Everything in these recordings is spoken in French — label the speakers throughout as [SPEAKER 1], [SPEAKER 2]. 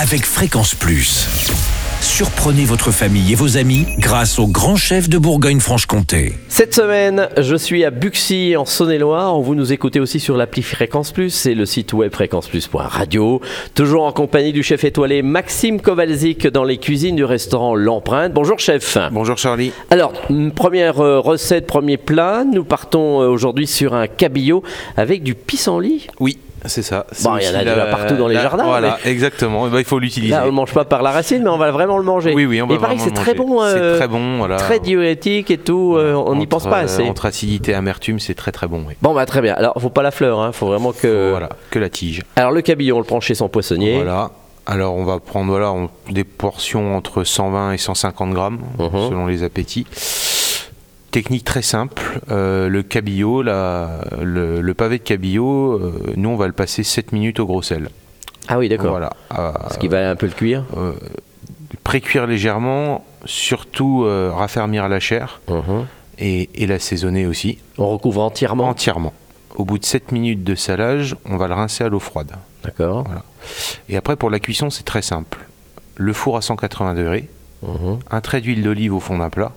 [SPEAKER 1] avec Fréquence Plus. Surprenez votre famille et vos amis grâce au grand chef de Bourgogne-Franche-Comté.
[SPEAKER 2] Cette semaine, je suis à Buxy en Saône-et-Loire. Vous nous écoutez aussi sur l'appli Fréquence Plus et le site web fréquenceplus.radio. Toujours en compagnie du chef étoilé Maxime Kovalzik dans les cuisines du restaurant L'Empreinte. Bonjour chef.
[SPEAKER 3] Bonjour Charlie.
[SPEAKER 2] Alors, m- première euh, recette, premier plat. Nous partons euh, aujourd'hui sur un cabillaud avec du pissenlit.
[SPEAKER 3] Oui, c'est ça. C'est
[SPEAKER 2] Bon, Bah, il y en a
[SPEAKER 3] aussi
[SPEAKER 2] déjà partout dans les jardins,
[SPEAKER 3] Voilà, exactement. Eh ben, il faut l'utiliser.
[SPEAKER 2] Là, on ne le mange pas par la racine, mais on va vraiment le manger.
[SPEAKER 3] Oui, oui, on va
[SPEAKER 2] Et pareil,
[SPEAKER 3] vraiment
[SPEAKER 2] c'est
[SPEAKER 3] le
[SPEAKER 2] très
[SPEAKER 3] manger.
[SPEAKER 2] bon. euh,
[SPEAKER 3] c'est très bon, voilà.
[SPEAKER 2] très diurétique et tout. euh, on n'y
[SPEAKER 3] Entre,
[SPEAKER 2] pense pas
[SPEAKER 3] euh,
[SPEAKER 2] assez.
[SPEAKER 3] Entre acidité et amertume, c'est très très bon. oui.
[SPEAKER 2] Bon, bah très bien. Alors, faut pas la fleur, hein. faut vraiment que.
[SPEAKER 3] Voilà, que la tige.
[SPEAKER 2] Alors, le cabillaud, on le prend chez son poissonnier.
[SPEAKER 3] Voilà. Alors on va prendre voilà, on- des portions entre 120 et 150 grammes,
[SPEAKER 2] Mhm.
[SPEAKER 3] selon les appétits. Technique très simple, euh, le cabillaud, la- le, le pavé de cabillaud, euh, nous on va le passer 7 minutes au gros sel.
[SPEAKER 2] Ah oui, d'accord.
[SPEAKER 3] Voilà, à-
[SPEAKER 2] Ce qui va un peu le cuire.
[SPEAKER 3] précuire légèrement, surtout euh, raffermir la chair et, et l'assaisonner aussi,
[SPEAKER 2] On recouvre entièrement.
[SPEAKER 3] entièrement. Au bout de 7 minutes de salage, on va le rincer à l'eau froide.
[SPEAKER 2] D'accord.
[SPEAKER 3] Voilà. Et après, pour la cuisson, c'est très simple. Le four à 180 degrés,
[SPEAKER 2] Mhm.
[SPEAKER 3] un trait d'huile d'olive au fond d'un plat,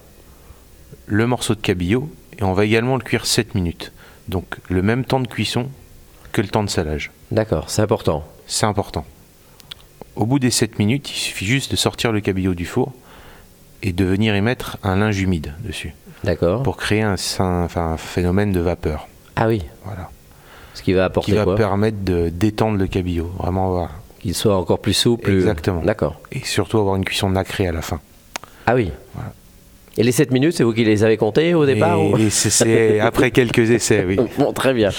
[SPEAKER 3] le morceau de cabillaud, et on va également le cuire 7 minutes. Donc le même temps de cuisson que le temps de salage.
[SPEAKER 2] D'accord, c'est important.
[SPEAKER 3] C'est important. Au bout des 7 minutes, il suffit juste de sortir le cabillaud du four et de venir y mettre un linge humide dessus
[SPEAKER 2] D'accord.
[SPEAKER 3] pour créer un, sein- enfin, un phénomène de vapeur.
[SPEAKER 2] Ah oui,
[SPEAKER 3] Voilà.
[SPEAKER 2] ce qui va apporter
[SPEAKER 3] Qui va
[SPEAKER 2] quoi
[SPEAKER 3] permettre de détendre le cabillaud. Vraiment voilà.
[SPEAKER 2] Qu'il soit encore plus souple. euh,
[SPEAKER 3] Exactement.
[SPEAKER 2] D'accord.
[SPEAKER 3] Et surtout avoir une cuisson nacrée à la fin.
[SPEAKER 2] Ah oui. Et les 7 minutes, c'est vous qui les avez comptées au départ
[SPEAKER 3] Et-
[SPEAKER 2] ou-
[SPEAKER 3] et c'est- c'est après quelques essais, oui.
[SPEAKER 2] Bon, très bien.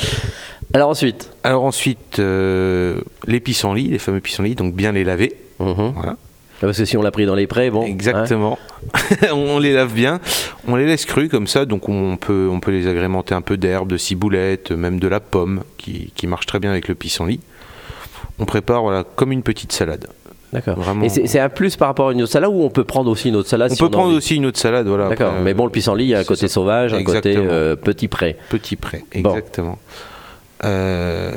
[SPEAKER 2] Alors ensuite.
[SPEAKER 3] Alors ensuite, euh, les pissenlits, les fameux pissenlits, donc bien les laver.
[SPEAKER 2] Mhm.
[SPEAKER 3] Voilà.
[SPEAKER 2] Parce que si on l'a pris dans les prés, bon. hein.
[SPEAKER 3] Uh-huh. Exactement. on les lave bien. On les laisse crus comme ça, donc on peut, on peut les agrémenter un peu d'herbe, de ciboulette, même de la pomme, qui, qui marche très bien avec le pissenlit. On prépare voilà, comme une petite salade.
[SPEAKER 2] Ah, D'accord.
[SPEAKER 3] Vraiment.
[SPEAKER 2] Et c'est c'est un plus par rapport à une autre salade ou on peut prendre aussi une autre salade
[SPEAKER 3] on
[SPEAKER 2] si
[SPEAKER 3] peut
[SPEAKER 2] en a
[SPEAKER 3] prendre
[SPEAKER 2] envie
[SPEAKER 3] aussi une autre salade. Voilà,
[SPEAKER 2] D'accord,
[SPEAKER 3] après,
[SPEAKER 2] mais bon, le pissenlit, il y a un
[SPEAKER 3] c'est
[SPEAKER 2] côté
[SPEAKER 3] ça.
[SPEAKER 2] sauvage, un côté
[SPEAKER 3] Exactement.
[SPEAKER 2] euh, petit prêt.
[SPEAKER 3] Petit prêt,
[SPEAKER 2] Bon.
[SPEAKER 3] exactement. Euh,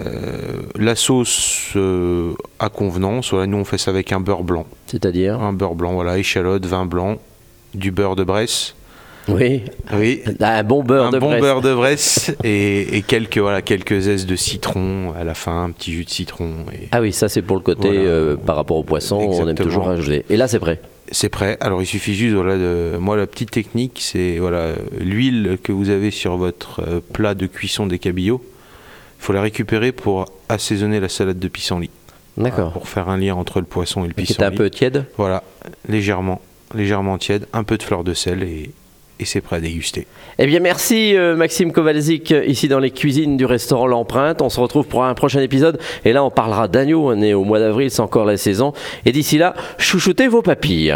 [SPEAKER 3] la sauce euh, à convenance, voilà, nous on fait ça avec un beurre blanc.
[SPEAKER 2] C'est-à-dire
[SPEAKER 3] Un beurre blanc, voilà, échalote, vin blanc, du beurre de Bresse.
[SPEAKER 2] Oui,
[SPEAKER 3] Oui,
[SPEAKER 2] un bon beurre
[SPEAKER 3] un
[SPEAKER 2] de
[SPEAKER 3] bon
[SPEAKER 2] presse.
[SPEAKER 3] beurre de Bresse et, et quelques, voilà, quelques zestes de citron à la fin, un petit jus de citron. Et
[SPEAKER 2] Ah oui, ça c'est pour le côté
[SPEAKER 3] Voilà.
[SPEAKER 2] euh, par rapport au poisson, on aime
[SPEAKER 3] Exactement.
[SPEAKER 2] toujours rajouter. Et là c'est prêt.
[SPEAKER 3] c'est prêt. Alors il suffit juste, voilà, de, moi la petite technique, c'est voilà, l'huile que vous avez sur votre euh, plat de cuisson des cabillauds, il faut la récupérer pour assaisonner la salade de pissenlit.
[SPEAKER 2] D'accord.
[SPEAKER 3] Ah, Pour faire un lien entre le poisson et le
[SPEAKER 2] qui est
[SPEAKER 3] pissenlit.
[SPEAKER 2] un peu tiède.
[SPEAKER 3] Voilà, légèrement, légèrement tiède, un peu de fleur de sel et, et c'est prêt à déguster.
[SPEAKER 2] Eh bien merci euh, Maxime Kowalczyk, euh, ici dans les cuisines du restaurant L'Empreinte. On se retrouve pour un prochain épisode. Et là on parlera d'agneau, on est au mois d'avril, c'est encore la saison. Et d'ici là, chouchoutez vos papilles.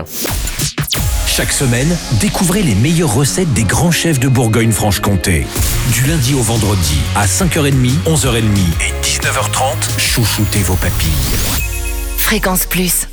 [SPEAKER 1] Chaque semaine, découvrez les meilleures recettes des grands chefs de Bourgogne-Franche-Comté. Du lundi au vendredi, à 5h30, 11h30 et 19h30, chouchoutez vos papilles.
[SPEAKER 4] Fréquence Plus.